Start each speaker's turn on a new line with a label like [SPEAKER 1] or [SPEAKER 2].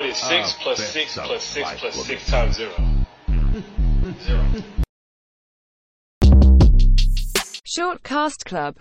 [SPEAKER 1] is 6 plus 6
[SPEAKER 2] best
[SPEAKER 1] plus 6
[SPEAKER 2] of
[SPEAKER 1] plus
[SPEAKER 2] life
[SPEAKER 1] 6 times 0. Zero.
[SPEAKER 3] Shortcast Club.